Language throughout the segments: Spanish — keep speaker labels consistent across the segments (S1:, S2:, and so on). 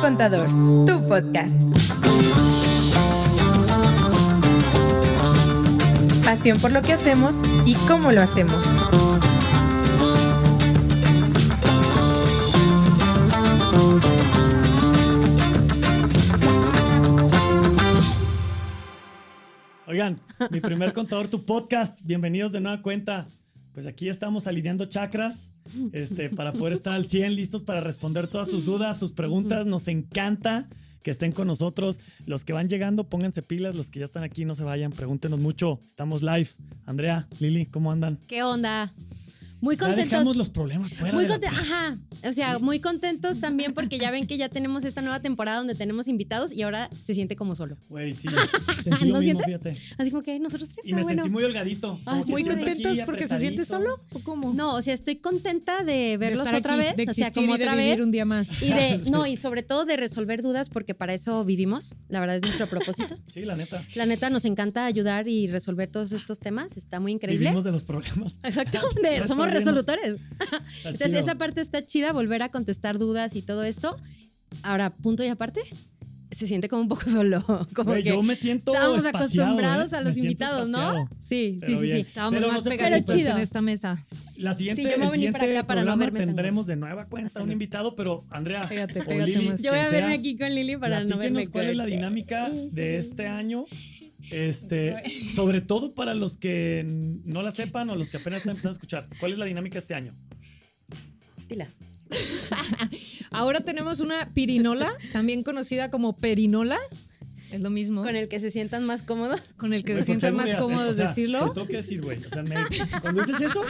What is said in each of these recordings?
S1: Contador, tu podcast. Pasión por lo que hacemos y cómo lo hacemos.
S2: Oigan, mi primer contador, tu podcast. Bienvenidos de nueva cuenta. Pues aquí estamos alineando chakras este, para poder estar al 100, listos para responder todas sus dudas, sus preguntas. Nos encanta que estén con nosotros. Los que van llegando, pónganse pilas. Los que ya están aquí, no se vayan. Pregúntenos mucho. Estamos live. Andrea, Lili, ¿cómo andan?
S3: ¿Qué onda? Muy
S2: Ya dejamos
S3: contentos.
S2: los problemas fuera.
S3: Muy
S2: de la
S3: contentos, ajá. O sea, muy contentos también porque ya ven que ya tenemos esta nueva temporada donde tenemos invitados y ahora se siente como solo.
S2: pla- Güey, sí. Sentí lo
S3: ¿No
S2: mismo,
S3: sientes?
S2: fíjate.
S3: Así como que nosotros tres,
S2: Y
S3: ah,
S2: me
S3: bueno.
S2: sentí muy holgadito.
S3: Ah,
S2: como
S3: muy
S2: que siempre aquí,
S4: contentos porque se siente solo
S2: apretaditos.
S4: o cómo?
S3: No, o sea, estoy contenta de
S4: De
S3: verlos
S4: estar
S3: otra
S4: aquí,
S3: vez,
S4: de
S3: o sea,
S4: existir
S3: como
S4: y de
S3: otra
S4: vivir
S3: vez.
S4: un día más.
S3: Y de, no, y sobre todo de resolver dudas porque para eso vivimos. La verdad es nuestro propósito.
S2: Sí, la neta.
S3: La neta nos encanta ayudar y resolver todos estos temas. Está muy increíble.
S2: Vivimos de los problemas.
S3: Exacto, de- somos
S2: Resolviendo.
S3: resolutores.
S2: Está
S3: Entonces,
S2: chido.
S3: esa parte está chida, volver a contestar dudas y todo esto. Ahora, punto y aparte, se siente como un poco solo. Como
S2: Güey,
S3: que
S2: yo me siento
S3: estábamos
S2: espaciado,
S3: acostumbrados
S2: ¿eh?
S3: a
S2: Me
S3: los
S2: siento
S3: invitados, ¿no?
S2: espaciado.
S3: Sí,
S2: Pero
S3: sí, sí,
S2: bien.
S3: sí.
S4: Estábamos
S2: Pero no
S4: más
S2: se
S3: preocupen.
S4: pegaditos
S3: Pero chido.
S4: en esta mesa.
S2: La siguiente,
S3: Sí, yo me voy a
S2: el
S3: venir para
S2: siguiente
S3: acá para no
S2: programa
S3: verme tan
S2: tendremos de nueva cuenta
S3: Hasta
S2: un
S3: luego.
S2: invitado, pero Andrea,
S4: Pégate,
S2: o
S4: pégate
S2: Lili,
S4: más.
S3: Yo voy a
S2: quien
S3: verme
S2: sea,
S3: aquí con Lili para no
S2: platíquenos
S3: verme
S2: cuál es la
S3: cuete.
S2: dinámica de este año. Este, sobre todo para los que no la sepan o los que apenas están empezando a escuchar, ¿cuál es la dinámica este año?
S3: Pila.
S4: Ahora tenemos una pirinola, también conocida como perinola. Es lo mismo.
S3: Con
S4: Con el,
S3: el que se sientan más cómodos.
S4: que
S2: Güey,
S4: se sientan
S2: ¿por qué albureas,
S4: más
S2: eh?
S4: cómodos
S2: O sea,
S4: decirlo.
S2: Te tengo que decir, güey. O sea, me- cuando dices eso,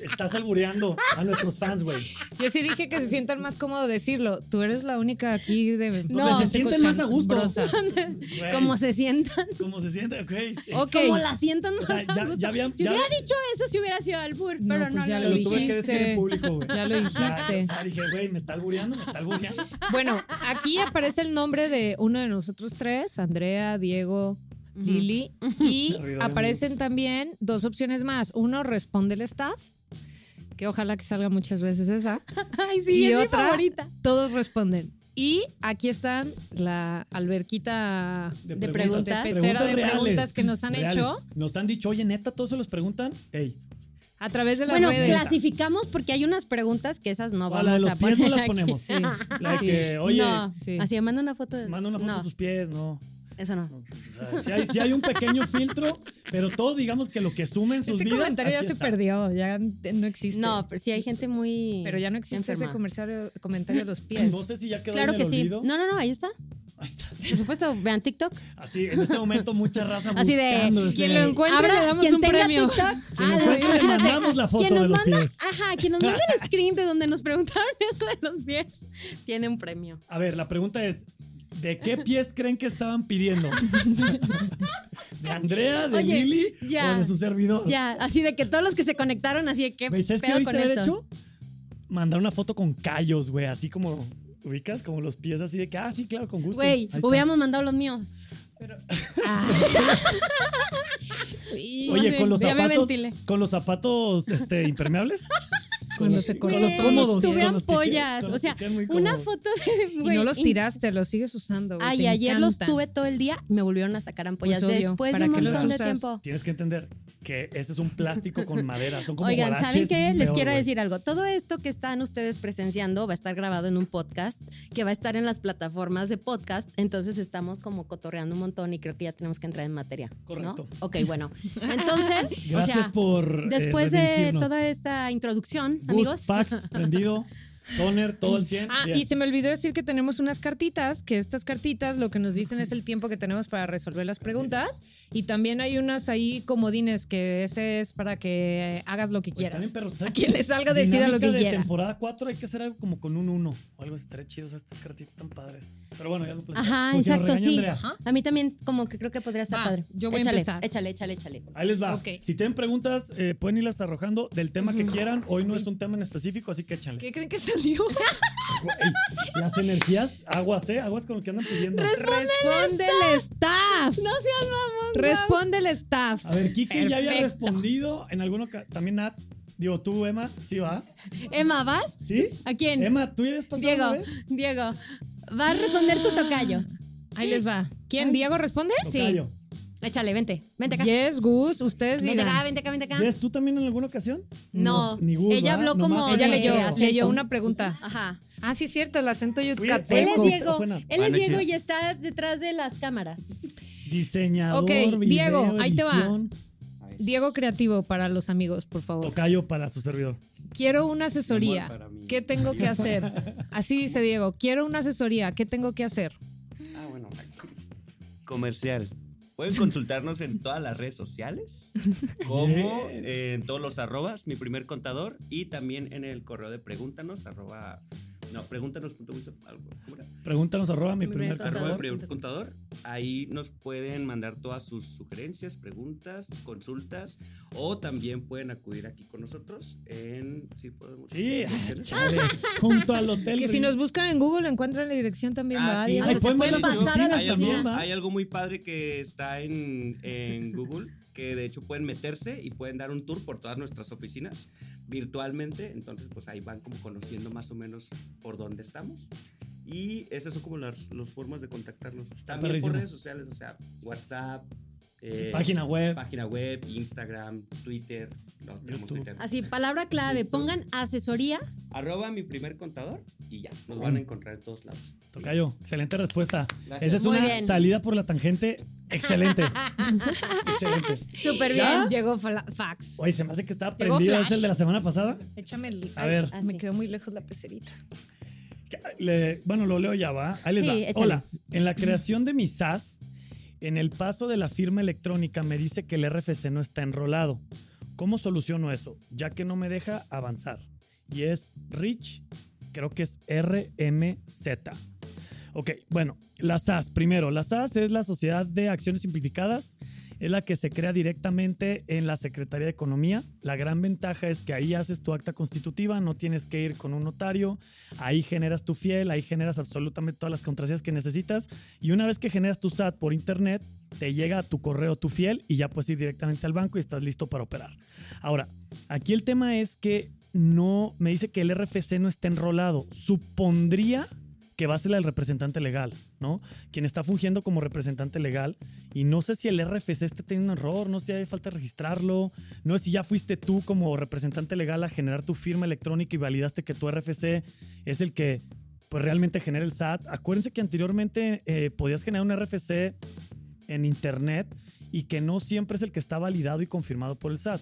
S2: estás albureando a nuestros fans, güey.
S4: Yo sí dije que se sientan más cómodos decirlo. Tú eres la única aquí de...
S3: No,
S2: se sienten más a gusto.
S4: brosa.
S2: Güey,
S3: Como se sientan.
S2: ¿Cómo se siente? Ok.
S4: Ok.
S3: Como la sientan más
S2: O sea, ya-
S3: a gusto.
S2: ya habían-
S3: si
S2: ya-
S3: hubiera dicho eso, si hubiera sido albur,
S4: No,
S3: pero
S4: pues
S3: no,
S4: ya
S3: no
S2: Lo
S4: lo
S2: tuve que decir
S4: dijiste.
S2: en público, güey.
S4: Ya lo
S2: Ya,
S4: dijiste.
S2: o sea, dije, güey, me está albureando, me está albureando.
S4: Bueno, aquí aparece el nombre de uno de nosotros tres, Andrea, Diego,
S3: Ujú.
S4: Lili, y
S2: Servidor
S4: aparecen también dos opciones más. Uno, responde el staff, que ojalá que salga muchas veces esa.
S3: Ay, sí,
S4: Y
S3: es mi
S4: otra-
S3: favorita.
S4: Todos responden. Y aquí están la alberquita
S2: De
S4: de
S2: preguntas. Preguntas
S4: preguntas, pecera de
S2: reales,
S4: preguntas que nos han hecho
S2: Reales. Nos han dicho, oye, neta, todos se los preguntan. Ey,
S4: a través de las
S3: Bueno,
S4: redes.
S3: clasificamos porque hay unas preguntas que esas no
S2: O la de
S3: vamos
S2: los
S3: a
S2: pies
S3: poner.
S2: no las
S3: aquí.
S2: ponemos.
S4: Sí,
S2: la de
S4: sí.
S2: que, oye,
S3: no,
S4: sí.
S3: así manda una foto de.
S2: manda una foto pues.
S3: no,
S2: de tus pies, no.
S3: Eso no.
S2: no, o sea, sí, hay, sí hay un pequeño filtro, pero todo, digamos que lo que sumen sus
S4: Ese
S2: vidas.
S4: Este comentario ya
S2: aquí
S4: se
S2: está.
S4: perdió, ya no existe.
S3: No, pero sí hay gente muy.
S4: pero ya no existe ese
S3: enferma.
S4: comentario, comentario de los pies.
S2: No sé si ya quedó
S3: Claro
S2: en
S3: que
S2: el
S3: sí.
S2: olvido.
S3: No, no, no, ahí está.
S2: Ahí está.
S3: Por supuesto, vean TikTok.
S2: Así, en este momento mucha raza
S3: Así de,
S2: buscando ese-
S4: quien lo encuentra- Encuentre, le damos
S3: quien
S4: un
S3: tenga
S4: premio.
S3: TikTok,
S2: Quien
S3: ah,
S2: lo encuentre, le
S3: espérate.
S2: mandamos la foto
S3: Quien nos
S2: de los
S3: manda-
S2: pies.
S3: Ajá, quien nos manda el screen de donde nos preguntaron eso de los pies, tiene un premio.
S2: A ver, la pregunta es, ¿de qué pies creen que estaban pidiendo? ¿De Andrea, de
S3: Oye,
S2: Lili
S3: ya,
S2: o de su servidor?
S3: Ya, así de que todos los que se conectaron, así de que
S2: Güey, ¿Sabes qué
S3: pedo
S2: viste
S3: con
S2: haber
S3: estos.
S2: hecho? Mandar una foto con callos, güey, así como ubicas como los pies así de que, ah, sí, claro, con gusto. Ahí
S3: Güey,
S2: está.
S3: hubiéramos mandado los míos.
S4: Sí.
S2: Oye,
S3: sé,
S2: con los
S3: ya me
S2: zapatos,
S3: ventilé.
S2: con los zapatos este impermeables, con
S4: Cuando
S2: los,
S4: te
S2: con
S4: cortas
S2: los
S3: Güey,
S2: cómodos,
S3: tuvieran
S2: con los que quedan-
S3: pollas,
S2: con
S3: o
S2: los que
S3: sea,
S2: quedan muy
S3: Una
S2: cómodos.
S3: foto de,
S4: Y
S3: güey,
S4: no los
S3: in-
S4: tiraste, los sigues usando. güey,
S3: Ay,
S4: te
S3: ayer
S4: encantan.
S3: los tuve todo el día y me volvieron a sacar ampollas
S4: Pues obvio,
S3: después de
S4: ¿para
S3: un
S4: qué
S2: los
S3: montón de
S4: usas?
S3: tiempo.
S2: Tienes que entender que este es un plástico con madera, son como
S3: Oigan, ¿saben
S2: guaraches,
S3: qué? Les
S2: peor,
S3: quiero
S2: güey.
S3: decir algo. Todo esto que están ustedes presenciando va a estar grabado en un podcast que va a estar en las plataformas de podcast. Entonces estamos como cotorreando un montón y creo que ya tenemos que entrar en materia. ¿no?
S2: Correcto.
S3: Ok, bueno. Entonces, o
S2: Gracias
S3: sea,
S2: por eh,
S3: después de
S2: redirigirnos.
S3: toda esta introducción,
S2: Bus,
S3: amigos.
S2: fax, prendido, toner, todo al 100.
S4: Ah,
S2: bien.
S4: y se me olvidó decir que tenemos unas cartitas, que estas cartitas lo que nos dicen es el tiempo que tenemos para resolver las preguntas. Y también hay unas ahí comodines, que ese es para que hagas lo que
S2: Pues
S4: quieras.
S2: también, pero, ¿sabes
S4: A quien
S2: qué?
S4: le salga, decida lo
S2: Dinámica
S4: que
S2: de
S4: quiera.
S2: temporada 4 hay que hacer algo como con un 1 o algo así, estaría chido, o sea, estas cartitas están padres. Pero bueno, ya lo platicamos.
S3: Ajá,
S2: Porque nos
S3: exacto,
S2: regaña
S3: sí.
S2: Andrea.
S4: Ajá.
S3: A mí también como que creo que podría estar
S4: Va,
S3: padre.
S4: yo voy a
S3: échale,
S4: empezar.
S3: Échale, échale, échale.
S2: Ahí les va.
S4: Ok.
S2: Si tienen preguntas, eh, pueden irlas arrojando del tema que
S3: Ujú.
S2: quieran. Hoy no es un tema en específico, así que échanle.
S4: ¿Qué creen que salió?
S2: Güey, las energías, aguas, ¿eh? Aguas con lo que andan pidiendo.
S4: Responde el staff.
S3: No seas mamón.
S4: Responde el staff.
S2: A ver, Kike ya había
S4: Perfecto.
S2: respondido en alguna. oca- También Nat. Digo, tú, Emma, ¿sí va?
S3: Emma, ¿vas?
S2: ¿Sí?
S3: ¿A quién?
S2: Em. Emma, ¿tú ya habías pasado
S3: Diego,
S2: una vez?
S3: Diego. Va a responder tu tocayo.
S4: Ahí les va. ¿Quién? ¿Diego responde?
S2: Tocayo.
S3: Échale, vente. Vente acá.
S4: Yes, Gus, ustedes
S3: Vente acá,
S4: digan.
S3: vente acá, vente acá.
S2: Jess, ¿tú también en alguna ocasión?
S3: No,
S2: Ni Gus,
S3: ella
S2: ¿verdad?
S3: habló como...
S2: Nomás
S4: Ella
S3: de
S4: leyó,
S3: acento.
S4: leyó una pregunta.
S3: Ajá.
S4: Ah, sí, es cierto, el acento
S3: Él es
S2: Fue-
S3: Diego.
S2: fue una-
S3: Él es
S5: Buenas
S3: Diego
S5: noches.
S3: y está detrás de las cámaras.
S2: Diseñador,
S4: Ok,
S2: video,
S4: Diego, ahí te va.
S2: edición,
S4: Diego Creativo para los amigos, por favor.
S2: Tocayo para su servidor.
S4: Quiero una
S5: Mi amor
S4: asesoría.
S5: para mí.
S4: ¿Qué tengo que hacer? Así dice Diego. Quiero una asesoría. ¿Qué tengo que hacer?
S5: Ah, bueno. Comercial. Pueden consultarnos en todas las redes sociales, como
S2: Bien.
S5: eh, en todos los arrobas, mi primer contador, y también en el correo de pregúntanos, arroba, no, pregúntanos, punto, algo, ¿cómo era?
S2: Pregúntanos arroba mi
S3: Mi
S2: primer
S3: primer
S5: arroba
S2: contador.
S5: mi primer contador. Ahí nos pueden mandar todas sus sugerencias, preguntas, consultas, o también pueden acudir aquí con nosotros en, si podemos.
S2: Sí,
S5: ¿las
S2: ay,
S5: direcciones?
S2: chale, junto al hotel.
S4: Que si nos buscan en Google encuentran la dirección también.
S5: Ah,
S4: ¿verdad,
S5: sí.
S4: Diego?
S2: Ay,
S3: se
S2: pueden ver
S3: pueden
S2: las
S3: pasar a la
S2: oficinas
S5: hay,
S2: también,
S5: algo,
S2: ¿va?
S5: hay algo muy padre que está en, en Google, que de hecho pueden meterse y pueden dar un tour por todas nuestras oficinas virtualmente. Entonces, pues ahí van como conociendo más o menos por dónde estamos. Y esas son como las, las formas de contactarnos. También
S2: perrísimo.
S5: por redes sociales, o sea, WhatsApp. eh,
S2: Página web.
S5: página web, Instagram, Twitter, no, tenemos
S2: YouTube.
S5: Twitter.
S3: Así, palabra clave. Pongan asesoría.
S5: Arroba mi primer contador y ya,
S2: Mm.
S5: nos van a encontrar en todos lados.
S2: Tocayo, excelente respuesta.
S5: Gracias.
S2: Esa es
S3: Muy
S2: una
S3: bien.
S2: salida por la tangente excelente. excelente.
S3: Súper
S4: Bien,
S3: bien.
S4: llegó fla- fax.
S2: Oye, se me hace que está
S4: Llegó
S2: prendida.
S4: Flash.
S2: ¿Es el de la semana pasada?
S4: Échame el.
S2: A ver.
S3: Ah, sí.
S4: Me quedó muy lejos la pecerita.
S2: Le- bueno, lo leo ya, ¿va? Ahí les
S3: Sí,
S2: va.
S3: échale.
S2: Hola, en la creación de mi SAS, en el paso de la firma electrónica me dice que el RFC no está enrolado. ¿Cómo soluciono eso? Ya que no me deja avanzar. Y es Rich, creo que es RMZ. Ok, bueno, la SAS, primero, la SAS es la Sociedad de Acciones Simplificadas, es la que se crea directamente en la Secretaría de Economía. La gran ventaja es que ahí haces tu acta constitutiva, no tienes que ir con un notario, ahí generas tu fiel, ahí generas absolutamente todas las contraseñas que necesitas y una vez que generas tu SAT por internet, te llega a tu correo tu fiel y ya puedes ir directamente al banco y estás listo para operar. Ahora, aquí el tema es que no, me dice que el RFC no está enrolado. Supondría que va a ser el representante legal, ¿no? Quien está fungiendo como representante legal. Y no sé si el RFC está teniendo un error, no sé si hay falta registrarlo, no sé si ya fuiste tú como representante legal a generar tu firma electrónica y validaste que tu RFC es el que pues realmente genera el SAT. Acuérdense que anteriormente eh, podías generar un RFC en internet y que no siempre es el que está validado y confirmado por el SAT.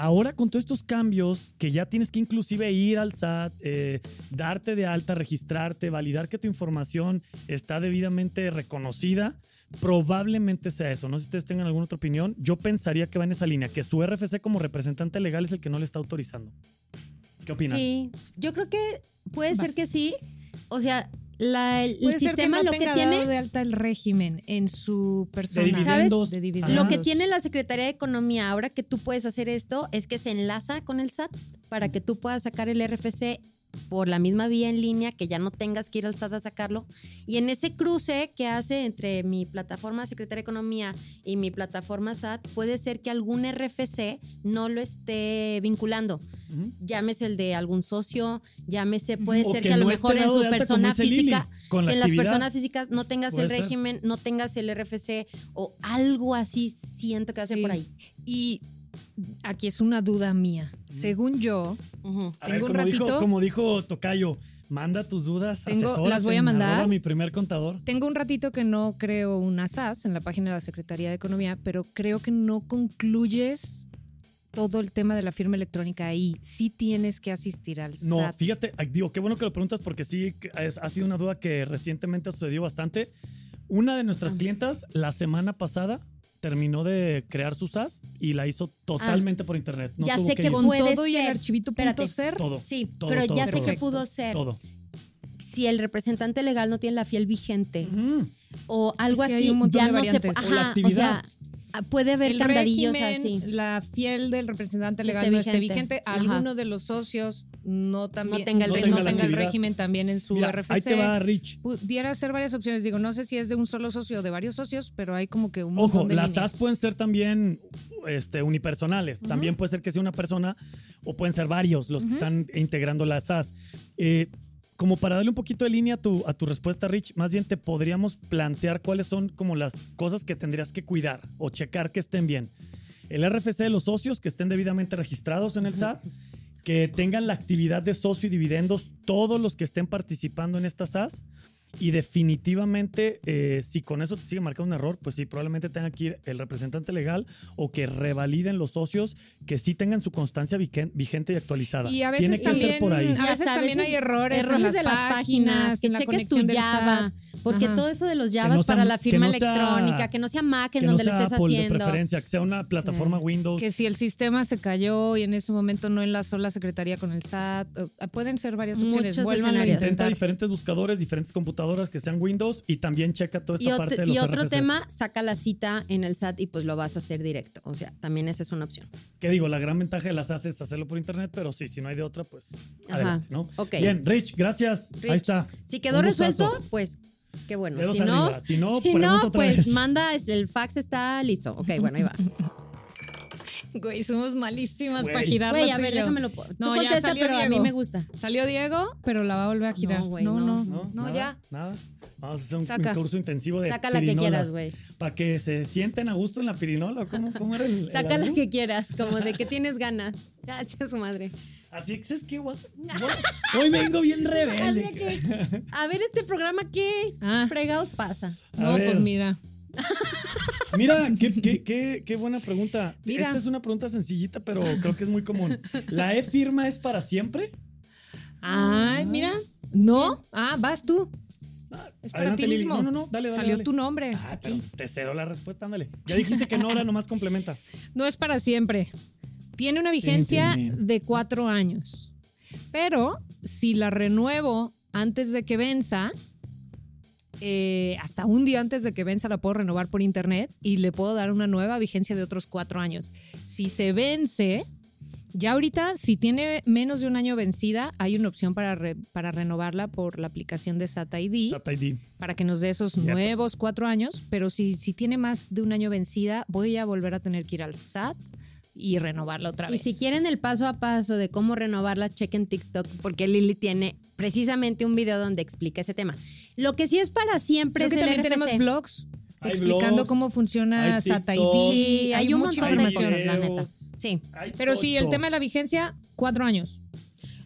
S2: Ahora con todos estos cambios que ya tienes que inclusive ir al SAT, eh, darte de alta, registrarte, validar que tu información está debidamente reconocida, probablemente sea eso. No sé si ustedes tengan alguna otra opinión. Yo pensaría que va en esa línea, que su RFC como representante legal es el que no le está autorizando. ¿Qué opinan?
S3: Sí, yo creo que puede ser
S4: Vas.
S3: que sí. O sea, la- el, el
S4: Puede ser que
S3: sistema
S4: no
S3: lo que
S4: tenga
S3: tiene,
S4: dado de alta el régimen en su persona.
S2: dividendos.
S4: De
S2: Ajá.
S3: lo
S4: dividendos.
S3: que tiene la Secretaría de Economía ahora que tú puedes hacer esto es que se enlaza con el SAT para que tú puedas sacar el RFC por la misma vía en línea, que ya no tengas que ir al SAT a sacarlo. Y en ese cruce que hace entre mi plataforma Secretaría de Economía y mi plataforma SAT, puede ser que algún RFC no lo esté vinculando.
S2: Ujú.
S3: llámese el de algún socio, llámese, puede
S2: O
S3: ser
S2: que
S3: que a lo
S2: no esté
S3: mejor en
S2: dado
S3: su
S2: de alta, como
S3: persona
S2: dice Lili,
S3: física,
S2: con la
S3: que en las
S2: actividad.
S3: personas físicas no tengas
S2: Puede
S3: el
S2: ser.
S3: régimen, no tengas el RFC o algo así, siento que va a ser
S4: Sí.
S3: por ahí.
S4: Y aquí es una duda mía. Según yo,
S3: Ujú.
S2: A
S4: Tengo un
S2: como Dijo,
S4: ratito.
S2: como dijo Tocayo, manda tus dudas,
S4: Tengo-
S2: asesórate
S4: las voy a
S2: en
S4: mandar.
S2: arroba mi primer contador.
S4: Tengo un ratito que no creo una SAS en la página de la Secretaría de Economía, pero creo que no concluyes todo el tema de la firma electrónica ahí. Sí tienes que asistir al
S2: No,
S4: SAT.
S2: fíjate, ay, digo, qué bueno que lo preguntas porque sí que es- ha sido una duda que recientemente ha sucedido bastante. Una de nuestras
S3: Ajá.
S2: clientas la semana pasada terminó de crear su SAS y la hizo totalmente por internet. No
S3: Ah. Ya
S2: tuvo
S3: sé que
S2: ir.
S4: Con
S3: Puede
S4: todo y el
S3: ser.
S4: archivito
S3: Espérate.
S4: punto ser.
S2: todo,
S3: Sí,
S2: todo,
S3: pero
S2: todo,
S3: ya sé
S2: todo.
S3: que pudo ser.
S2: todo.
S3: Si el representante legal no tiene la fiel vigente
S2: Ujú.
S3: o algo
S4: que hay
S3: así,
S4: un montón
S3: ya
S4: de
S3: no se
S4: variantes.
S3: pu-
S2: O la
S3: Ajá, o
S2: actividad.
S3: sea, ah, puede haber
S4: el
S3: candadillos
S4: régimen,
S3: así.
S4: la fiel del representante
S3: Que
S4: legal
S3: esté
S4: no esté
S3: vigente.
S4: vigente,
S3: Ajá.
S4: alguno de los socios no, también,
S3: No tenga el
S4: no
S3: régimen.
S4: tenga el
S2: Actividad.
S4: régimen también en su
S2: Mira,
S4: RFC.
S2: ahí te va, Rich.
S4: Pudiera ser varias opciones. Digo, no sé si es de un solo socio o de varios socios, pero hay como que un
S2: Ojo,
S4: montón de
S2: las
S4: líneas.
S2: SAS pueden ser también este, unipersonales.
S3: Ujú.
S2: También puede ser que sea una persona o pueden ser varios los que
S4: Ujú.
S2: están integrando las SAS. Eh, como para darle un poquito de línea a tu, a tu respuesta, Rich, más bien te podríamos plantear cuáles son como las cosas que tendrías que cuidar o checar que estén bien. El RFC de los socios que estén debidamente registrados en el SAT, que tengan la actividad de socio y dividendos todos los que estén participando en esta SAS. Y definitivamente, eh, si con eso te sigue marcando un error, pues sí, probablemente tenga que ir el representante legal o que revaliden los socios que sí tengan su constancia viquen- vigente y actualizada.
S4: Y a veces
S2: Tiene que
S4: también,
S2: ser por ahí.
S4: a
S3: Y
S4: veces
S3: hasta a
S4: también
S3: veces
S4: hay errores, en
S3: Errores
S4: las
S3: de las páginas, que
S4: en la
S3: cheques tu
S4: conexión del
S3: Java,
S4: SAT.
S3: porque
S4: Ajá.
S3: todo eso de los Javas
S2: no sea-
S3: para la
S2: que
S3: firma
S2: no sea-
S3: electrónica, que no sea Mac en donde
S2: no
S3: lo estés
S2: sea Apple de
S3: haciendo.
S2: preferencia, que sea una plataforma Windows.
S4: Que si el sistema se cayó y en ese momento no enlazó la secretaría con el SAT, eh, pueden ser varias opciones.
S3: Muchos
S4: Vuelvan a
S3: escenarios.
S2: Intenta
S4: intentar.
S2: diferentes buscadores, diferentes computadoras que sean Windows y también checa toda
S3: Y
S2: esta
S3: otro,
S2: parte de los
S3: y otro
S2: RFCs.
S3: tema, saca la cita en el SAT y pues lo vas a hacer directo. O sea, también esa es una opción.
S2: Que digo, la gran ventaja de las haces es hacerlo por internet, pero sí, si no hay de otra, pues
S3: Ajá.
S2: adelante, ¿no?
S3: Ok.
S2: Bien, Rich, gracias.
S3: Rich,
S2: Ahí está.
S3: Si quedó
S2: Un
S3: resuelto,
S2: gustazo.
S3: pues qué bueno.
S2: Dedos
S3: si no,
S2: arriba. Si no,
S3: si
S2: pregunta
S3: no
S2: otra
S3: pues
S2: vez.
S3: manda, es- el fax está listo. Ok, bueno, ahí va.
S4: Güey, somos malísimas
S2: Güey.
S4: para girar.
S3: Güey,
S4: la
S3: a ver,
S4: trillo.
S3: déjamelo. po-
S4: No,
S3: Tú
S4: ya
S3: contesta,
S4: salió
S3: pero a mí
S4: Diego.
S3: me gusta.
S4: Salió Diego, pero la va a volver a girar.
S3: No,
S4: No,
S3: güey,
S4: no,
S3: no.
S4: no,
S2: No, nada,
S4: ya.
S2: Nada. Vamos a hacer un,
S4: Saca.
S2: un curso intensivo de
S3: Saca la que
S2: pirinolas.
S3: quieras, güey.
S2: Para que se sienten a gusto en la pirinola. ¿Cómo, cómo era el, el
S3: Saca la
S2: albur?
S3: que quieras, como de que tienes ganas. Cacha su madre.
S2: Así que es que guas- guas- hoy vengo bien rebelde.
S3: Así que, a ver, este programa, ¿qué
S4: Ah.
S3: fregados pasa?
S2: A
S4: No,
S2: ver.
S4: pues mira.
S2: Mira, qué, qué- qué- qué buena pregunta.
S4: Mira.
S2: Esta es una pregunta sencillita, pero creo que es muy común. ¿La E firma es para siempre?
S3: Ah.
S4: Ay, mira. No. Ah, vas tú.
S2: Ah,
S4: Es para
S2: adelante,
S4: ti
S2: Lili.
S4: mismo.
S2: No, no, no, dale, dale.
S4: Salió
S2: dale.
S4: tu nombre.
S2: Ah, pero
S4: aquí.
S2: te cedo la respuesta, ándale. Ya dijiste que no, ahora nomás complementa.
S4: No es para siempre. Tiene una vigencia
S2: Tin, tin, tin.
S4: de cuatro años. Pero si la renuevo antes de que venza, eh, hasta un día antes de que venza la puedo renovar por internet y le puedo dar una nueva vigencia de otros cuatro años. Si se vence, ya ahorita, si tiene menos de un año vencida, hay una opción para, re- para renovarla por la aplicación de SATA ID
S2: Sat ID.
S4: para que nos dé esos
S2: Cierto.
S4: nuevos cuatro años, pero si, si tiene más de un año vencida, voy a volver a tener que ir al SAT y renovarla otra
S3: Y
S4: vez.
S3: si quieren el paso a paso de cómo renovarla, chequen TikTok, porque Lili tiene precisamente un video donde explica ese tema. Lo que sí es para siempre
S4: creo que
S3: es el
S4: también
S3: RFC.
S4: tenemos blogs
S2: Hay
S4: explicando
S2: blogs,
S4: cómo
S2: hay
S4: funciona SAT ID.
S2: TikToks,
S3: Sí, hay un
S4: mucha
S3: montón de
S4: información.
S3: cosas, la neta. Sí.
S2: Ay,
S4: Pero sí, el
S2: tocho.
S4: tema de la vigencia, cuatro años.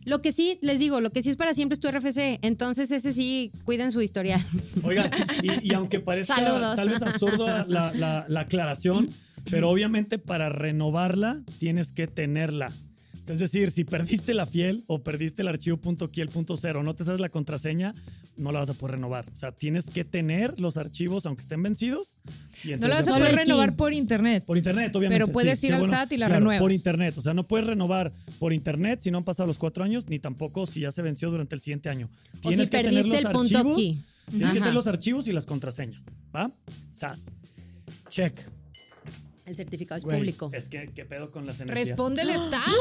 S3: Lo que sí, les digo, lo que sí es para siempre es tu RFC. Entonces, ese sí, cuiden su historial.
S2: Oigan, y, y aunque parezca
S3: Saludos.
S2: tal vez absurda la, la- la aclaración, pero obviamente para renovarla tienes que tenerla. Es decir, si perdiste la fiel o perdiste el archivo .kiel.0, no te sabes la contraseña, no la vas a poder renovar. O sea, tienes que tener los archivos aunque estén vencidos. Y
S4: No la
S2: entonces ya
S4: vas a
S3: Solo el
S4: poder
S2: puedes-
S3: key.
S4: renovar por internet.
S2: Por internet, obviamente.
S4: Pero puedes
S2: sí,
S4: ir
S2: qué
S4: al SAT y la
S2: claro,
S4: renuevas.
S2: Por internet. O sea, no puedes renovar por internet si no han pasado los cuatro años, ni tampoco si ya se venció durante el siguiente año.
S3: O si
S2: Tienes que tener
S3: perdiste el
S2: los
S3: punto
S2: archivos,
S3: key.
S2: Tienes que
S3: Ajá.
S2: tener los archivos y las contraseñas. ¿Va? SAS. Check.
S3: El certificado es
S2: Güey,
S3: público.
S2: Es que, ¿qué pedo con las energías?
S4: Responde el SAT.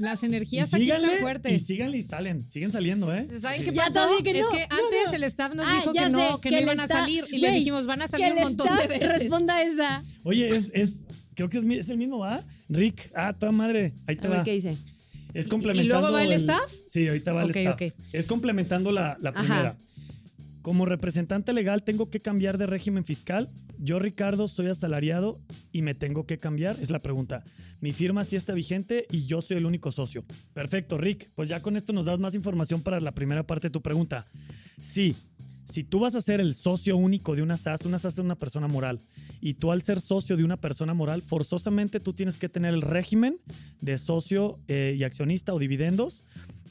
S4: Las
S2: Y
S4: energías aquí
S2: síganle,
S4: están
S2: y
S4: fuertes.
S2: síganle y salen. Siguen saliendo, ¿eh?
S4: ¿Saben qué
S3: Ya
S4: pasó?
S3: te dije que
S4: es
S3: no,
S4: que
S3: no,
S4: antes
S3: no.
S4: el staff nos
S3: Ah,
S4: dijo
S3: ya
S4: que no,
S3: sé,
S4: que
S3: que
S4: no
S3: le
S4: iban a
S3: está-
S4: salir. Y les
S3: Güey,
S4: dijimos, van a salir un montón de veces.
S3: Responda esa.
S2: Oye, es, es, creo que es, mi- es el mismo, ¿va? Rick, ah, toda madre. Ahí te
S3: A ver
S2: va.
S3: qué dice.
S2: Es
S4: ¿Y-
S2: complementando.
S4: y luego va el staff?
S2: Sí, ahorita va
S4: Ok,
S2: el staff.
S4: ok.
S2: Es complementando la, la
S3: Ajá.
S2: primera. Como representante legal tengo que cambiar de régimen fiscal. Yo, Ricardo, soy asalariado y me tengo que cambiar. Es la pregunta. Mi firma sí está vigente y yo soy el único socio. Perfecto, Rick. Pues ya con esto nos das más información para la primera parte de tu pregunta. Sí, si tú vas a ser el socio único de una SAS, una SAS es una persona moral, y tú al ser socio de una persona moral, forzosamente tú tienes que tener el régimen de socio eh, y accionista o dividendos.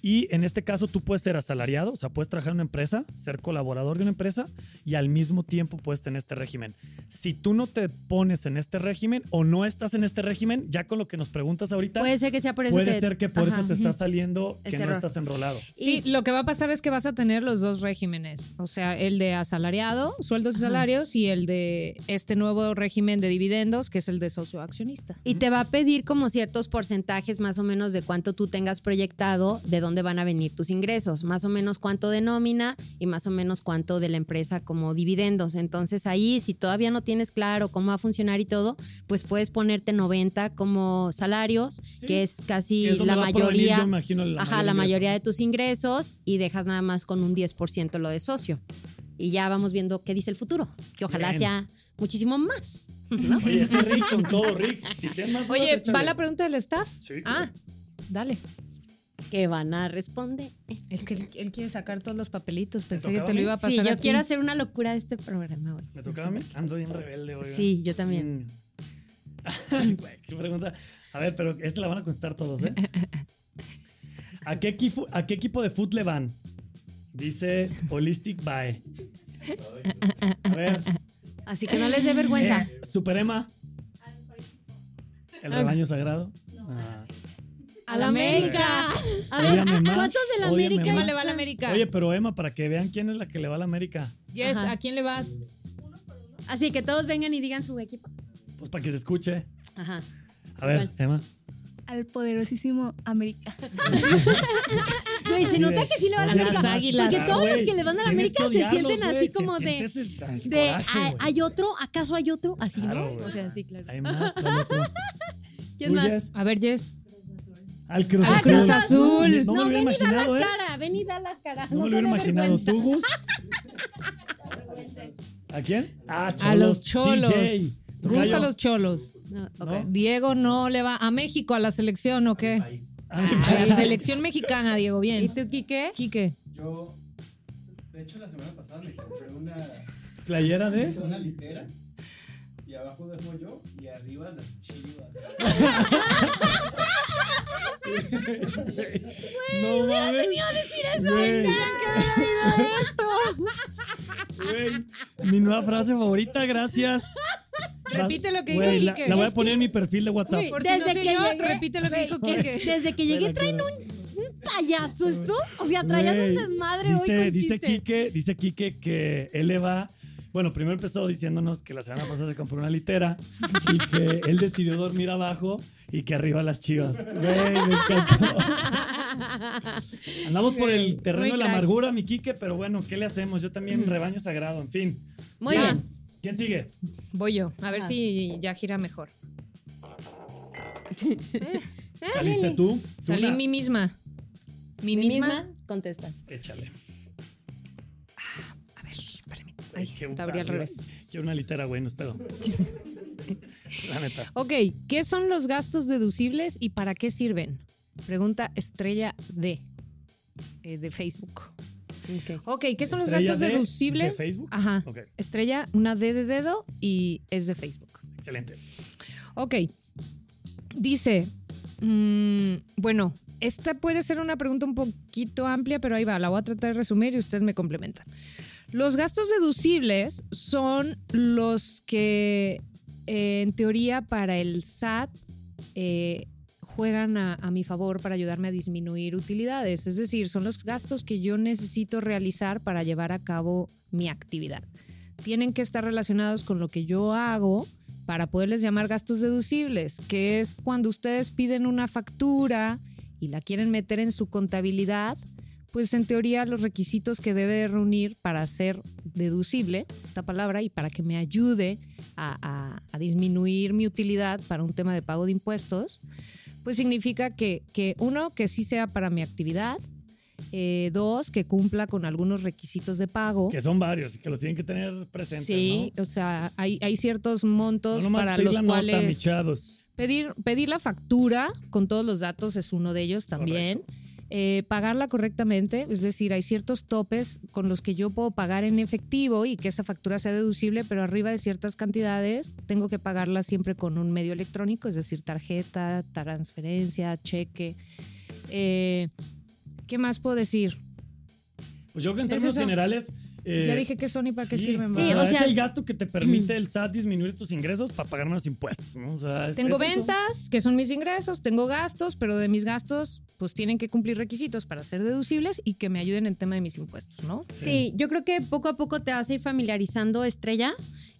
S2: Y en este caso tú puedes ser asalariado, o sea, puedes trabajar en una empresa, ser colaborador de una empresa y al mismo tiempo puedes tener este régimen. Si tú no te pones en este régimen o no estás en este régimen, ya con lo que nos preguntas ahorita,
S3: Puede ser que sea por eso
S2: puede
S3: que-
S2: ser que por
S3: Ajá.
S2: eso te está saliendo que
S3: Este
S2: no
S3: error.
S2: estás enrolado.
S4: Sí, lo que va a pasar es que vas a tener los dos regímenes, o sea, el de asalariado, sueldos y
S3: Ajá.
S4: salarios, y el de este nuevo régimen de dividendos, que es el de socio accionista.
S3: Y te va a pedir como ciertos porcentajes más o menos de cuánto tú tengas proyectado, de dónde dónde van a venir tus ingresos, más o menos cuánto de nómina y más o menos cuánto de la empresa como dividendos. Entonces ahí, si todavía no tienes claro cómo va a funcionar y todo, pues puedes ponerte 90 como salarios,
S2: Sí,
S3: que es casi
S2: que es donde
S3: la
S2: va a provenir,
S3: mayoría.
S2: yo imagino, la
S3: Ajá,
S2: mayoría.
S3: la mayoría de tus ingresos y dejas nada más con un 10% lo de socio. Y ya vamos viendo qué dice el futuro, que ojalá
S2: Bien.
S3: sea muchísimo más. ¿no?
S2: Oye, sí, Rick, con todo, Rick. Si tienes más dudas,
S4: Oye,
S2: échale.
S4: ¿va la pregunta del staff?
S2: Sí, claro.
S4: Ah, dale.
S3: Que van a responder.
S4: Es que él, él quiere sacar todos los papelitos. Pensé que
S2: tocaba
S4: te
S2: a
S4: lo
S2: mí?
S4: iba a pasar.
S3: Sí, yo
S4: aquí.
S3: quiero hacer una locura de este programa hoy.
S2: ¿Me tocaba a mí? Ando bien rebelde, oiga.
S3: Sí, yo también.
S2: Mm. Güey, qué pregunta. A ver, pero esta la van a contestar todos, ¿eh? ¿A qué, equipo, ¿A qué equipo de foot le van? Dice Holistic Bae. A ver, Mm.
S3: Así que no les dé vergüenza.
S2: eh, Suprema. El rebaño sagrado. Ah.
S4: ¡A la América!
S3: A ver,
S2: Óyame
S3: ¿a-
S2: más,
S3: Ah, ¿cuántos de la
S2: óyame
S3: América?
S4: ¿Cómo
S2: más.
S4: le va a la América?
S2: Oye, pero Emma, para que vean quién es la que le va a la América.
S4: Yes,
S3: Ajá.
S4: ¿a quién le vas?
S3: Así que todos vengan y digan su equipo.
S2: Pues para que se escuche.
S3: Ajá.
S2: A ver,
S3: Igual.
S2: Emma.
S6: al poderosísimo América.
S3: Güey, se
S2: Sí,
S3: nota
S2: de-
S3: que sí le van a
S2: Oye,
S3: la
S4: las
S3: América.
S4: águilas.
S3: Porque
S2: Ah,
S3: todos los
S2: güey,
S3: que le van a la
S2: tienes
S3: América
S2: que
S3: se
S2: odiarlos,
S3: sienten
S2: güey,
S3: así
S2: si
S3: como de.
S2: sientes el- el
S3: de
S2: coraje,
S3: ¿hay,
S2: güey.
S3: hay otro? ¿Acaso hay otro? Así,
S2: Claro,
S3: ¿no?
S2: güey.
S3: O sea, sí, claro.
S2: Hay más, como tú.
S3: ¿Quién
S2: Tú,
S3: más? Ah,
S2: Jess,
S4: A ver, Jess.
S2: Al Cruz
S4: Al
S2: Azul.
S4: Cruz Azul.
S2: No,
S3: No,
S2: me lo hubiera
S3: ven y da la
S2: imaginado, ¿eh?
S3: cara, ven y da la cara.
S2: No me lo
S3: te
S2: hubiera
S3: dé
S2: imaginado.
S3: vergüenza.
S2: ¿Tú, Gus? ¿A quién? Ah,
S4: A los cholos.
S2: TJ.
S4: Gus
S2: Tocayo.
S4: a los cholos.
S3: No, ok.
S2: ¿No?
S4: Diego no le va a México, a la selección o qué?
S2: A mi
S4: A
S2: país.
S4: la selección mexicana, Diego,
S3: ¿Y
S4: bien.
S3: tú, Quique?
S4: Quique.
S7: Yo, de hecho, la semana pasada me compré una,
S2: Playera de.
S7: una listera y abajo dejo yo y arriba las chivas.
S2: no mames.
S3: decir
S2: Güey. Güey, Mi nueva frase favorita, gracias.
S4: Repite lo que
S2: Güey,
S4: dijo
S2: la,
S4: Quique.
S2: la voy a
S4: Es
S2: poner en mi perfil de WhatsApp.
S3: Güey,
S4: Por si no
S3: Desde
S4: se
S3: que
S4: oyó,
S3: llegué-
S4: repite lo que dijo Quique.
S3: Desde que llegué traen un payaso estos. O sea, traían
S2: Güey,
S3: un desmadre
S2: dice,
S3: hoy con
S2: dice
S3: chistes.
S2: Quique, dice Quique que él le va. Bueno, primero empezó diciéndonos que la semana pasada se compró una litera y que él decidió dormir abajo y que arriba las chivas. Güey, me encantó. Andamos por el terreno
S3: muy
S2: de la
S3: crack.
S2: amargura, mi Quique, pero bueno, ¿qué le hacemos? Yo también rebaño sagrado, en fin.
S3: Muy
S4: Ya.
S3: bien.
S2: ¿Quién sigue?
S4: Ah, Voy yo, a ver
S3: Ah.
S4: si ya gira mejor.
S2: ¿Saliste tú? ¿Tú
S4: Salí
S2: las?
S4: mí misma. ¿Mi
S3: Mi
S4: misma?
S3: misma contestas.
S2: Échale.
S4: A ver, espérame.
S2: Ay,
S4: Ay,
S2: qué
S4: la abrí al
S2: barbaridad.
S4: revés.
S2: Quiero una litera, güey, no es pedo. La neta.
S4: Ok, ¿qué son los gastos deducibles y para qué sirven? Pregunta estrella D eh, de Facebook. Ok, ¿qué son los
S2: Estrella
S4: gastos Ah.
S2: de-
S4: deducibles?
S2: ¿De Facebook?
S4: Ajá.
S2: Ok,
S4: Estrella, una D de dedo y es de Facebook.
S2: excelente.
S4: Ok. Dice, mm, bueno, esta puede ser una pregunta un poquito amplia, pero ahí va, la voy a tratar de resumir y ustedes me complementan. Los gastos deducibles son los que eh, en teoría para el SAT eh, juegan a, a mi favor para ayudarme a disminuir utilidades, es decir, son los gastos que yo necesito realizar para llevar a cabo mi actividad. Tienen que estar relacionados con lo que yo hago para poderles llamar gastos deducibles, que es cuando ustedes piden una factura y la quieren meter en su contabilidad, pues en teoría los requisitos que debe de reunir para ser deducible esta palabra y para que me ayude a, a- a disminuir mi utilidad para un tema de pago de impuestos, pues significa que, que uno, que sí sea para mi actividad, eh, dos, que cumpla con algunos requisitos de pago.
S2: Que son varios, que los tienen que tener presentes,
S4: Sí,
S2: ¿no?
S4: o sea, hay, hay ciertos
S2: No
S4: montos
S2: nomás
S4: para
S2: pedir
S4: los
S2: la
S4: cuales...
S2: nota, mis chavos.
S4: Pedir, pedir la factura con todos los datos es uno de ellos también. Eh, pagarla correctamente, es decir, hay ciertos topes con los que yo puedo pagar en efectivo y que esa factura sea deducible, pero arriba de ciertas cantidades tengo que pagarla siempre con un medio electrónico, es decir, tarjeta, transferencia, cheque. Eh, ¿Qué más puedo decir?
S2: Pues yo creo que en
S4: ¿Es
S2: términos
S4: eso?
S2: generales... eh,
S4: ya dije que son y para qué
S2: sí,
S4: sirven.
S2: o
S4: ¿verdad?
S3: Sí,
S2: sea,
S3: o
S2: es
S3: sea-
S2: el gasto que te permite el SAT disminuir tus ingresos para pagar menos impuestos, ¿no? O sea, es-
S4: Tengo
S2: es eso.
S4: ventas, que son mis ingresos, tengo gastos, pero de mis gastos, pues tienen que cumplir requisitos para ser deducibles y que me ayuden en el tema de mis impuestos, ¿no?
S3: Sí, yo creo que poco a poco te vas a ir familiarizando, Estrella,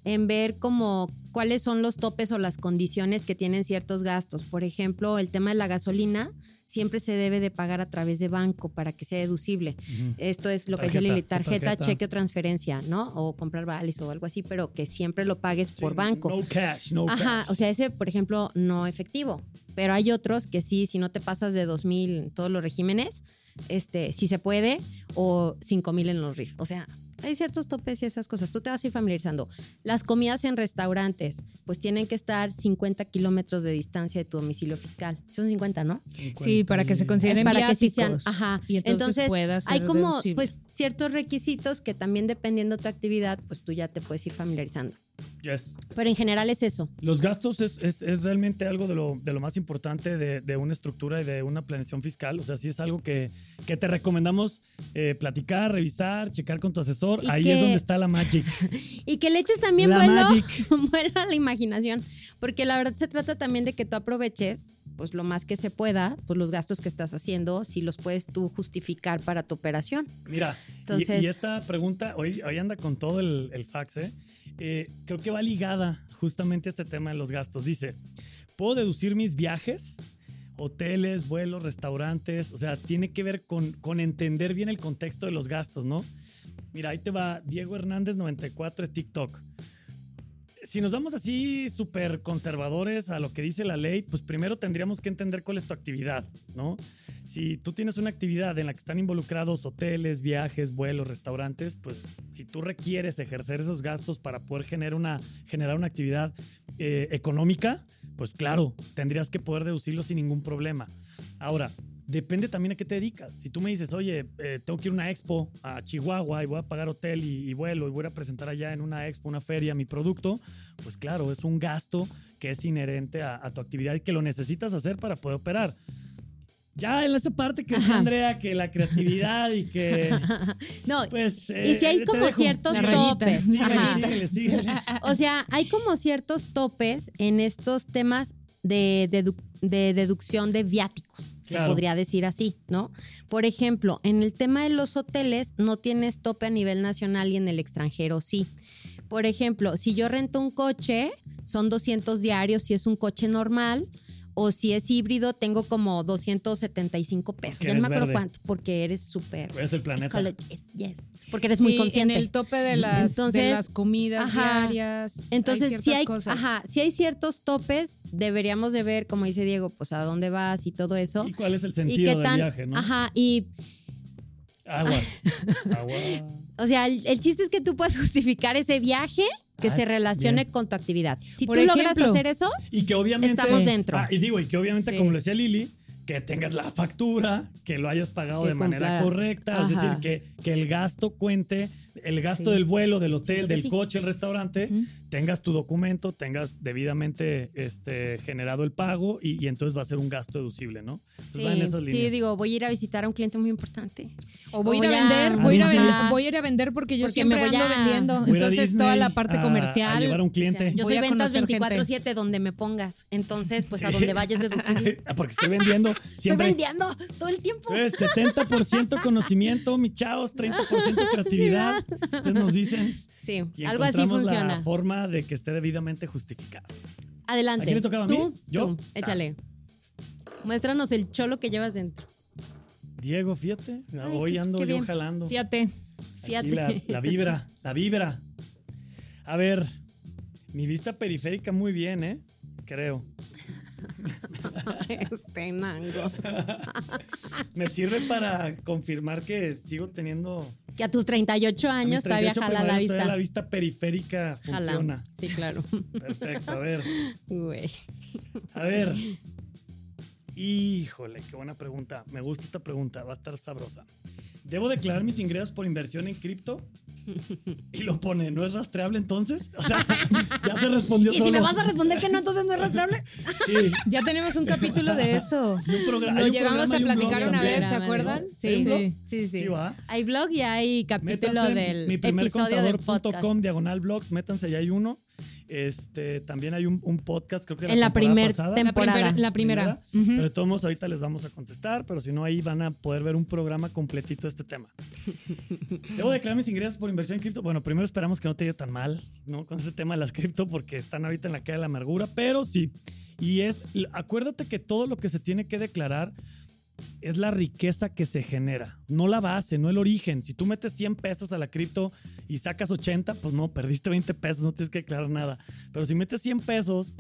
S3: en ver como cuáles son los topes o las condiciones que tienen ciertos gastos. Por ejemplo, el tema de la gasolina siempre se debe de pagar a través de banco para que sea deducible.
S2: Ujú.
S3: Esto es lo que
S2: Tarjeta,
S3: dice Lili, tarjeta,
S2: tarjeta.
S3: cheque o transferencia, ¿no? O comprar vales o algo así, pero que siempre lo pagues por
S2: Sí,
S3: banco.
S2: No cash, no
S3: Ajá,
S2: cash.
S3: o sea, ese, por ejemplo, no efectivo. Pero hay otros que sí, si no te pasas de 2.000 en todos los regímenes, este, si se puede, o 5.000 en los RIF. O sea, hay ciertos topes y esas cosas. Tú te vas a ir familiarizando. Las comidas en restaurantes, pues tienen que estar 50 kilómetros de distancia de tu domicilio fiscal. Son 50, ¿no?
S4: Sí, para que se consideren
S3: Para que sí
S4: viáticos.
S3: sean- ajá.
S4: Y entonces,
S3: Entonces,
S4: pueda ser
S3: Hay como
S4: deducible.
S3: pues ciertos requisitos que también dependiendo de tu actividad, pues tú ya te puedes ir familiarizando.
S2: Yes.
S3: Pero en general es eso.
S2: Los gastos es, es- es realmente algo de lo, de lo más importante de, de una estructura y de una planeación fiscal. O sea, sí es algo que, que te recomendamos eh, platicar, revisar, checar con tu asesor.
S3: Y
S2: Ahí
S3: que-
S2: es donde está la magic.
S3: Y que le eches también
S2: la
S3: vuelo.
S2: magic.
S3: vuelo a la imaginación, porque la verdad se trata también de que tú aproveches, pues lo más que se pueda, pues los gastos que estás haciendo, si los puedes tú justificar para tu operación.
S2: Mira, y-
S3: Entonces-
S2: y, esta pregunta, hoy, hoy anda con todo el, el fax, ¿eh? Eh, Creo que va ligada justamente a este tema de los gastos. Dice, ¿puedo deducir mis viajes? Hoteles, vuelos, restaurantes, o sea, tiene que ver con, con entender bien el contexto de los gastos, ¿no? Mira, ahí te va Diego Hernández 94 de TikTok. Si nos vamos así súper conservadores a lo que dice la ley, pues primero tendríamos que entender cuál es tu actividad, ¿no? Si tú tienes una actividad en la que están involucrados hoteles, viajes, vuelos, restaurantes, pues si tú requieres ejercer esos gastos para poder generar una, generar una actividad eh, económica, pues claro, tendrías que poder deducirlo sin ningún problema. Ahora, depende también a qué te dedicas. Si tú me dices, oye, eh, tengo que ir a una expo a Chihuahua y voy a pagar hotel y, y vuelo y voy a ir a presentar allá en una expo, una feria, mi producto, pues claro, es un gasto que es inherente a, a tu actividad y que lo necesitas hacer para poder operar. Ya en esa parte que dice
S3: Ajá.
S2: Andrea, que la creatividad y que,
S3: no,
S2: pues...
S3: Y si hay
S2: te
S3: como
S2: dejo.
S3: ciertos
S4: La
S2: Síguele,
S4: rayita.
S3: topes.
S2: síguele,
S3: Ajá.
S2: síguele, síguele.
S3: O sea, hay como ciertos topes en estos temas de, dedu- de deducción de viáticos, se
S2: Claro.
S3: podría decir así, ¿no? Por ejemplo, en el tema de los hoteles no tienes tope a nivel nacional y en el extranjero sí. Por ejemplo, si yo rento un coche, son 200 diarios si es un coche normal. O si es híbrido, tengo como 275 pesos.
S2: Porque
S3: ya no me
S2: eres
S3: acuerdo
S2: verde.
S3: cuánto, porque eres súper...
S2: Es el planeta.
S3: ecologist, yes. Porque eres muy
S4: Sí,
S3: consciente.
S4: En el tope de las, de
S3: Entonces,
S4: las comidas
S3: ajá.
S4: diarias. hay
S3: Entonces, si,
S4: ciertas
S3: hay,
S4: cosas.
S3: ajá, si hay ciertos topes, deberíamos de ver, como dice Diego, pues a dónde vas y todo eso.
S2: ¿Y cuál es el
S3: Y,
S2: sentido
S3: qué
S2: del
S3: tan...
S2: viaje, no?
S3: Ajá, y,
S2: Agua. Agua.
S3: o sea, el, el chiste es que tú puedas justificar ese viaje que
S2: Ah,
S3: se
S2: es-
S3: relacione
S2: bien.
S3: con tu actividad. Si
S4: Por
S3: tú logras
S4: ejemplo,
S3: hacer eso,
S2: Y que obviamente.
S3: estamos
S4: Sí.
S3: dentro.
S2: Ah, y digo, y que obviamente,
S4: Sí.
S2: como lo decía Lili, que tengas la factura, que lo hayas pagado
S3: Que
S2: de manera
S3: cumpla.
S2: correcta. Es
S3: Ajá.
S2: decir, que, que el gasto cuente, el gasto
S3: Sí.
S2: del vuelo, del hotel,
S3: que
S2: del
S3: sí.
S2: coche, el restaurante,
S4: Ujú.
S2: tengas tu documento, tengas debidamente este, generado el pago y, y entonces va a ser un gasto deducible, ¿no? Entonces va en
S3: Sí,
S2: pues, esas
S3: sí,
S2: líneas.
S3: digo, voy a ir a visitar a un cliente muy importante.
S4: O voy a
S3: O
S4: ir a
S3: voy a-
S4: vender, voy a ir a
S2: a Disney.
S4: vender, voy a ir a vender porque yo
S3: Porque
S4: siempre
S3: me voy
S4: ando
S3: a-
S4: vendiendo.
S2: Voy a ir a
S4: Entonces, toda
S2: Disney
S4: la parte
S2: a- A,
S4: comercial.
S2: llevar a un cliente.
S3: yo
S4: Voy
S3: soy
S4: a
S3: ventas
S4: conocer gente.
S3: 24-7 donde me pongas. Entonces, pues a
S2: Sí.
S3: donde vayas deducible.
S2: Ah, Porque estoy vendiendo
S3: Estoy
S2: siempre.
S3: vendiendo todo el tiempo.
S2: Pues, 70% conocimiento, mi chavos, 30% creatividad. Entonces nos dicen.
S3: Sí,
S2: Y
S3: algo así
S2: encontramos
S3: funciona.
S2: La forma de que esté debidamente justificada.
S3: Adelante.
S2: ¿A quién le tocaba a
S3: Tú,
S2: mí? ¿Yo?
S3: tú,
S2: Sas.
S3: échale. Muéstranos el cholo que llevas dentro.
S2: Diego, fíjate, hoy
S4: qué-
S2: ando
S4: qué
S2: yo
S4: bien.
S2: jalando.
S4: Fíjate.
S3: Fíjate.
S2: Aquí La, la vibra, la vibra. A ver, mi vista periférica muy bien, ¿eh? Creo.
S3: este mango.
S2: Me sirve para confirmar que sigo teniendo.
S3: Que a tus 38
S2: a
S3: años
S2: mis
S3: todavía
S2: 38
S3: jala la
S2: primaveras,
S3: vista.
S2: todavía la vista periférica
S3: Jala.
S2: funciona.
S3: Sí, claro.
S2: Perfecto, a ver.
S3: Güey.
S2: A ver. Híjole, qué buena pregunta. Me gusta esta pregunta, va a estar sabrosa. ¿Debo declarar mis ingresos por inversión en cripto? Y lo pone, ¿no es rastreable entonces? O sea, ya se respondió
S3: Y
S2: solo.
S3: si me vas a responder que no, entonces no es rastreable.
S2: Sí,
S4: Ya tenemos un capítulo de eso.
S2: y un programa-
S4: Lo
S2: hay un
S4: llegamos
S2: programa
S4: a
S2: y un blog
S4: platicar una
S2: también.
S4: vez, ¿se acuerdan?
S3: Sí, sí,
S4: Sí.
S3: sí.
S2: Sí, va.
S3: Hay blog y hay capítulo
S2: Métanse en
S3: del
S2: mi primer
S3: episodio del podcast.
S2: contador.com diagonal blogs, métanse, ya hay uno. Este, también hay un, un podcast, creo que
S3: En la
S2: temporada
S3: primer
S2: pasada.
S3: tem- Temporada.
S4: La, primer- la primera. Ujú.
S2: Pero de todos modos, ahorita les vamos a contestar, pero si no, ahí van a poder ver un programa completito de este tema. Debo declarar mis ingresos por inversión en cripto. Bueno, primero esperamos que no te haya tan mal, ¿no? Con este tema de las cripto, porque están ahorita en la calle de la amargura, pero sí. Y es, acuérdate que todo lo que se tiene que declarar es la riqueza que se genera, no la base, no el origen. Si tú metes 100 pesos a la cripto y sacas 80, pues no, perdiste 20 pesos, no tienes que declarar nada. Pero si metes 100 pesos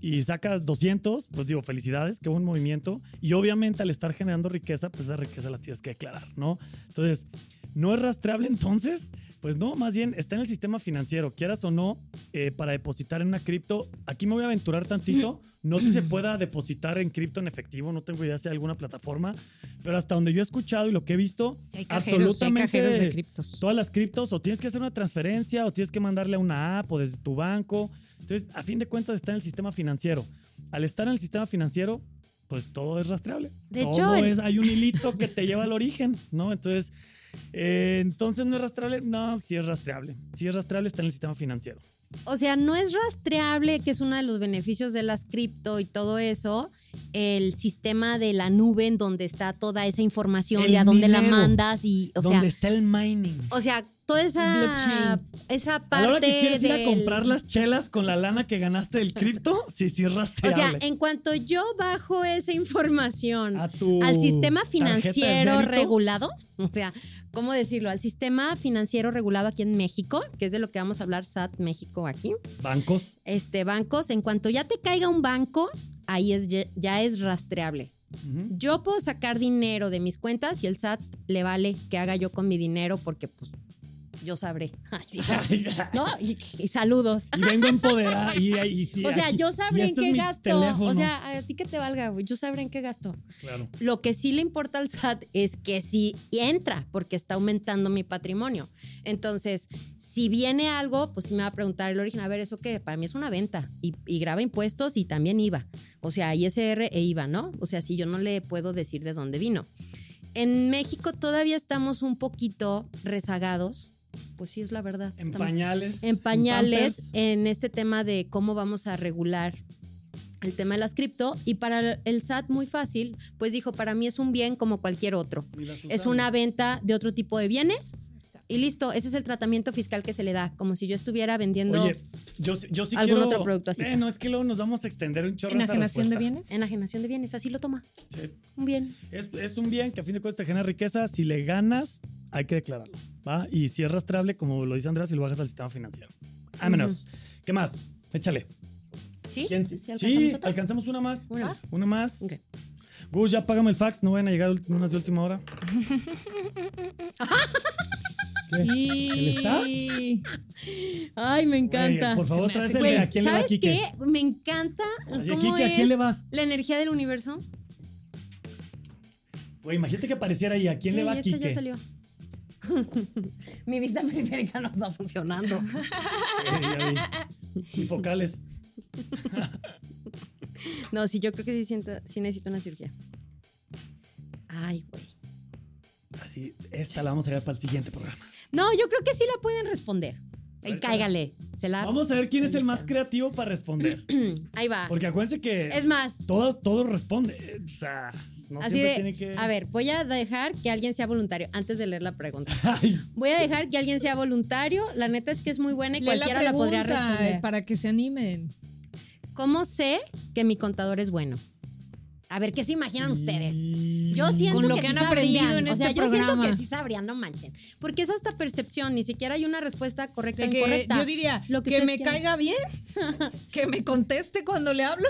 S2: y sacas 200, pues digo, felicidades, qué buen movimiento. Y obviamente al estar generando riqueza, pues esa riqueza la tienes que declarar, ¿no? Entonces, ¿no es rastreable entonces? Pues no, más bien está en el sistema financiero, quieras o no, eh, para depositar en una cripto. Aquí me voy a aventurar tantito. No sé si se pueda depositar en cripto en efectivo, no tengo idea si hay alguna plataforma, pero hasta donde yo he escuchado y lo que he visto,
S4: Hay cajeros, hay
S2: absolutamente
S4: cajeros de criptos.
S2: todas las criptos o tienes que hacer una transferencia o tienes que mandarle a una app o desde tu banco. Entonces, a fin de cuentas, está en el sistema financiero. Al estar en el sistema financiero, pues todo es rastreable.
S3: De
S2: todo
S3: hecho, el-
S2: es, hay un hilito que te lleva al origen, ¿no? Entonces, eh, entonces no es rastreable. No, sí es rastreable. Sí es rastreable, está en el sistema financiero.
S3: O sea, no es rastreable, que es uno de los beneficios de las cripto y todo eso, el sistema de la nube en donde está toda esa información
S2: El
S3: y a dónde la
S2: minero.
S3: mandas y, o
S2: Donde
S3: sea,
S2: está el mining.
S3: o sea, toda esa, esa parte
S2: A la hora que quieres ir a
S3: del-
S2: comprar las chelas con la lana que ganaste del cripto, sí, sí es
S3: O
S2: rastreable.
S3: sea, en cuanto yo bajo esa información
S2: A tu
S3: al sistema
S2: tarjeta de
S3: financiero
S2: débito,
S3: regulado, o sea, ¿cómo decirlo? Al sistema financiero regulado aquí en México, que es de lo que vamos a hablar SAT México aquí.
S2: Bancos.
S3: este, bancos, en cuanto ya te caiga un banco, ahí es, ye- ya es rastreable.
S2: Ujú.
S3: Yo puedo sacar dinero de mis cuentas y el SAT le vale que haga yo con mi dinero porque pues yo sabré. Así, ¿No? Y, y saludos.
S2: Y vengo empoderada. Y, y sí,
S3: O sea,
S2: aquí-
S3: yo
S2: y
S3: sabré en
S2: este es
S3: qué
S2: mi
S3: gasto.
S2: teléfono.
S3: O sea, a ti que te valga, güey. Yo sabré en qué gasto.
S2: Claro.
S3: Lo que sí le importa al SAT es que sí entra, porque está aumentando mi patrimonio. Entonces, si viene algo, pues sí me va a preguntar el origen. A ver, ¿eso qué? Para mí es una venta y, y graba impuestos y también IVA. O sea, ISR e IVA, ¿no? O sea, si yo no le puedo decir de dónde vino. En México todavía estamos un poquito rezagados. Pues sí, es la verdad.
S2: En
S3: Estamos-
S2: pañales.
S3: en pañales
S2: pampers.
S3: en este tema de cómo vamos a regular el tema de las cripto y para el SAT muy fácil, pues dijo, para mí es un bien como cualquier otro.
S2: Ni las
S3: Es
S2: usamos.
S3: una venta de otro tipo de bienes y listo, ese es el tratamiento fiscal que se le da, como si yo estuviera vendiendo
S2: Oye, yo, yo sí
S3: algún
S2: quiero-
S3: otro producto así.
S2: Eh, no, es que luego nos vamos a extender un chorro. esa
S4: ¿Enajenación de
S2: respuesta.
S4: bienes?
S3: enajenación de bienes, así lo toma.
S2: Sí.
S3: Un bien.
S2: Es, es un bien que a fin de cuentas te genera riqueza. Si le ganas, hay que declararlo. ¿va? Y si es rastreable, como lo dice Andrés, si lo bajas al sistema financiero. Vámonos. ¿Qué más? Échale.
S3: ¿Sí?
S2: ¿Quién-
S3: ¿Sí
S2: Sí,
S3: alcanzamos otra?
S2: alcanzamos una más.
S3: Una más.
S2: Una más.
S3: Ok.
S2: Gus, ya págame el fax. No vayan a llegar ult- unas de última hora. ¿Qué?
S4: Y...
S2: ¿El staff?
S3: Ay, me
S2: Güey,
S3: encanta.
S2: por favor,
S4: Se me hace-
S2: traes el
S3: Güey,
S2: de a quién le va
S3: ¿Sabes
S2: Kike.
S3: qué? Me encanta
S2: Así,
S3: cómo
S2: Kike, ¿a quién
S3: es
S2: le vas?
S3: la energía del universo.
S2: Güey, imagínate que apareciera ahí. ¿A quién le
S3: Sí,
S2: va
S3: esta
S2: Kike?
S3: ya salió. Mi vista periférica no está funcionando.
S2: Sí, ya vi. Y focales.
S3: No, sí, yo creo que sí, siento- sí necesito una cirugía. Ay, güey.
S2: Así, esta la vamos a dejar para el siguiente programa.
S3: No, yo creo que sí la pueden responder.
S2: A ver,
S3: Ay, cáigale. Se la.
S2: Vamos a ver quién es el más creativo para responder.
S3: Ahí va.
S2: Porque acuérdense
S3: Es
S2: que
S3: más,
S2: todo, todo responde. Eh, O sea, no
S3: Así
S2: siempre
S3: de-
S2: tiene que.
S3: a ver, voy a dejar que alguien sea voluntario antes de leer la pregunta.
S2: Ay,
S3: Voy a dejar que alguien sea voluntario. La neta es que es muy buena y
S4: Lee
S3: cualquiera la, podría
S4: pregunta, eh,
S3: responder.
S4: para que se animen.
S3: ¿Cómo sé que mi contador es bueno? A ver, ¿qué se imaginan ustedes? Yo siento
S4: Con lo
S3: que,
S4: que
S3: sí
S4: han aprendido
S3: sabrían.
S4: en
S3: o sea,
S4: este
S3: yo siento
S4: programa.
S3: que sí sabrían, no manchen. Porque es hasta percepción, ni siquiera hay una respuesta correcta o
S4: De que
S3: incorrecta.
S4: yo diría
S3: Lo que
S4: que,
S3: ustedes
S4: me
S3: quieran.
S4: caiga bien, que me conteste cuando le hablo,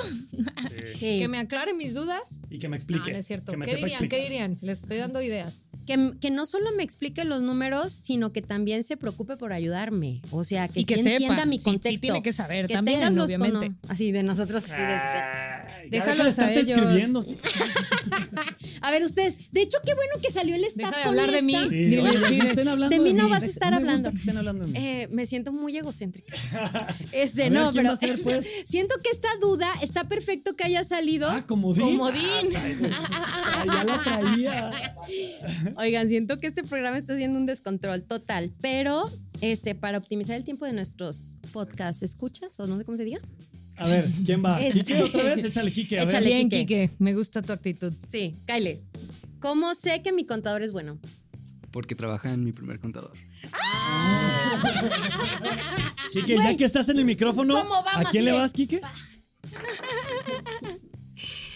S3: Sí.
S4: que me aclare mis dudas.
S2: Y que me
S4: No,
S2: explique.
S4: no es cierto.
S2: Que me
S4: ¿Qué
S2: sepa
S4: dirían?
S2: explicar.
S4: ¿Qué dirían? Les estoy dando ideas.
S3: Que, que no solo me explique los números, sino que también se preocupe por ayudarme. O sea, que, sí entienda mi
S4: Sí, sí
S3: contexto.
S4: tiene que saber
S3: Que
S4: también,
S3: tengas los
S4: obviamente.
S3: cono- Así de nosotros. Así de...
S2: Ah, ya deja de
S4: Déjalos a
S2: estarte
S4: ellos.
S2: escribiendo. sí.
S3: este. A ver, ustedes. De hecho, qué bueno que salió el staff
S4: Deja de
S3: con
S4: hablar de mí.
S3: esta.
S2: Sí,
S4: Dile,
S2: oye,
S4: dile.
S2: no estén hablando
S3: De mí no
S2: mí.
S3: vas a estar
S2: No me gusta
S3: hablando.
S2: que estén hablando de mí.
S3: Eh, me siento muy egocéntrica.
S2: A
S3: Este,
S2: ver,
S3: no,
S2: ¿quién va
S3: pero
S2: a ser, pues?
S3: siento que esta duda está perfecto que haya salido.
S2: Ah, comodín.
S3: Comodín.
S2: Ah, ya la traía.
S3: Oigan, siento que este programa está haciendo un descontrol total, pero este, para optimizar el tiempo de nuestros podcasts, ¿escuchas? O no sé cómo se diga.
S2: A ver, ¿quién va?
S3: Es-
S2: ¿Quique otra vez? Échale, Quique. A ver.
S3: Este. Échale.
S4: Bien,
S3: Quique.
S4: Quique. Me gusta tu actitud.
S3: Sí, Kyle. ¿Cómo sé que mi contador es bueno?
S7: Porque trabaja en mi primer contador.
S2: Quique, ya que estás en el micrófono,
S3: Ah, ¿Cómo va,
S2: ¿a quién le
S3: Maciel?
S2: vas, Quique?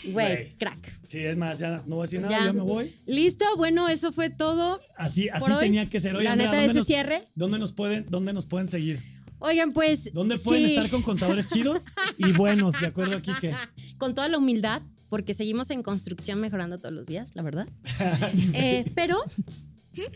S3: Güey,
S2: Güey.
S3: crack.
S2: Sí, es más, ya no voy a decir nada, ya,
S3: Ya.
S2: me voy.
S3: Listo, bueno, eso fue todo.
S2: Así,
S3: Por
S2: así
S3: hoy,
S2: tenía que ser. Oye,
S3: La
S2: Andrea,
S3: neta de
S2: ¿dónde
S3: ese
S2: nos-
S3: cierre.
S2: ¿Dónde nos pueden, dónde nos pueden seguir?
S3: Oigan, pues.
S2: ¿Dónde pueden
S3: sí,
S2: estar con contadores chidos y buenos, de acuerdo a Quique?
S3: con toda la humildad, porque seguimos en construcción mejorando todos los días, la verdad. Eh, pero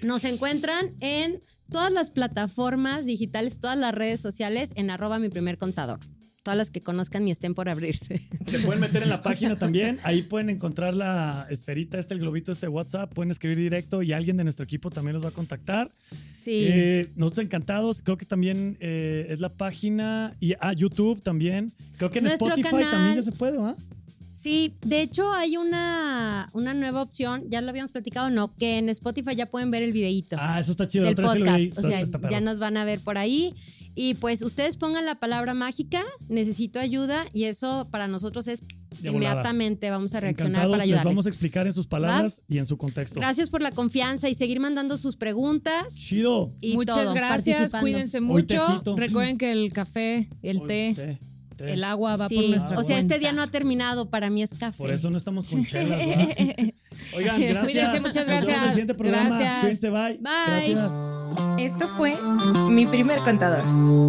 S3: nos encuentran en todas las plataformas digitales, todas las redes sociales, en arroba mi primer contador. Todas las que conozcan y estén por abrirse.
S2: Se pueden meter en la página también. Ahí pueden encontrar la esferita, este, el globito, este WhatsApp. Pueden escribir directo y alguien de nuestro equipo también los va a contactar.
S3: Sí.
S2: Eh, nosotros encantados. Creo que también eh, es la página. Y ah, YouTube también. Creo que en
S3: Nuestro
S2: Spotify
S3: canal.
S2: también ya se puede, ¿ah?
S3: Sí, de hecho hay una, una nueva opción, ya lo habíamos platicado, no, que en Spotify ya pueden ver el videíto
S2: Ah, eso está chido.
S3: del
S2: Otra vez sí lo vi.
S3: podcast. O
S2: Está-
S3: sea,
S2: está perro.
S3: ya nos van a ver por ahí. Y pues ustedes pongan la palabra mágica, necesito ayuda, y eso para nosotros es
S2: De volada.
S3: inmediatamente vamos a reaccionar
S2: Encantados,
S3: para
S2: les
S3: ayudarles.
S2: vamos a explicar en sus palabras y en su contexto.
S3: Gracias por la confianza y seguir mandando sus preguntas.
S2: Chido.
S3: Y
S4: Muchas
S3: todo,
S4: gracias.
S3: participando.
S4: Cuídense
S2: Hoy
S4: mucho.
S2: tecito.
S4: Recuerden que el café, el
S2: Uy,
S4: té,
S2: té.
S4: el agua va
S3: Sí,
S4: por nuestra
S3: O sea,
S4: cuenta.
S3: este día no ha terminado, para mí es café.
S2: Por eso no estamos con chelas, ¿verdad? Oigan,
S3: Cuídense,
S2: gracias.
S4: muchas
S2: Nos vemos en el
S4: gracias.
S2: siguiente programa.
S4: Gracias.
S2: Cuídense, bye.
S3: Bye.
S2: Gracias.
S1: Esto fue Mi primer contador,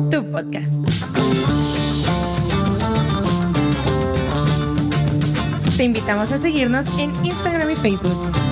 S1: tu podcast. Te invitamos a seguirnos en Instagram y Facebook.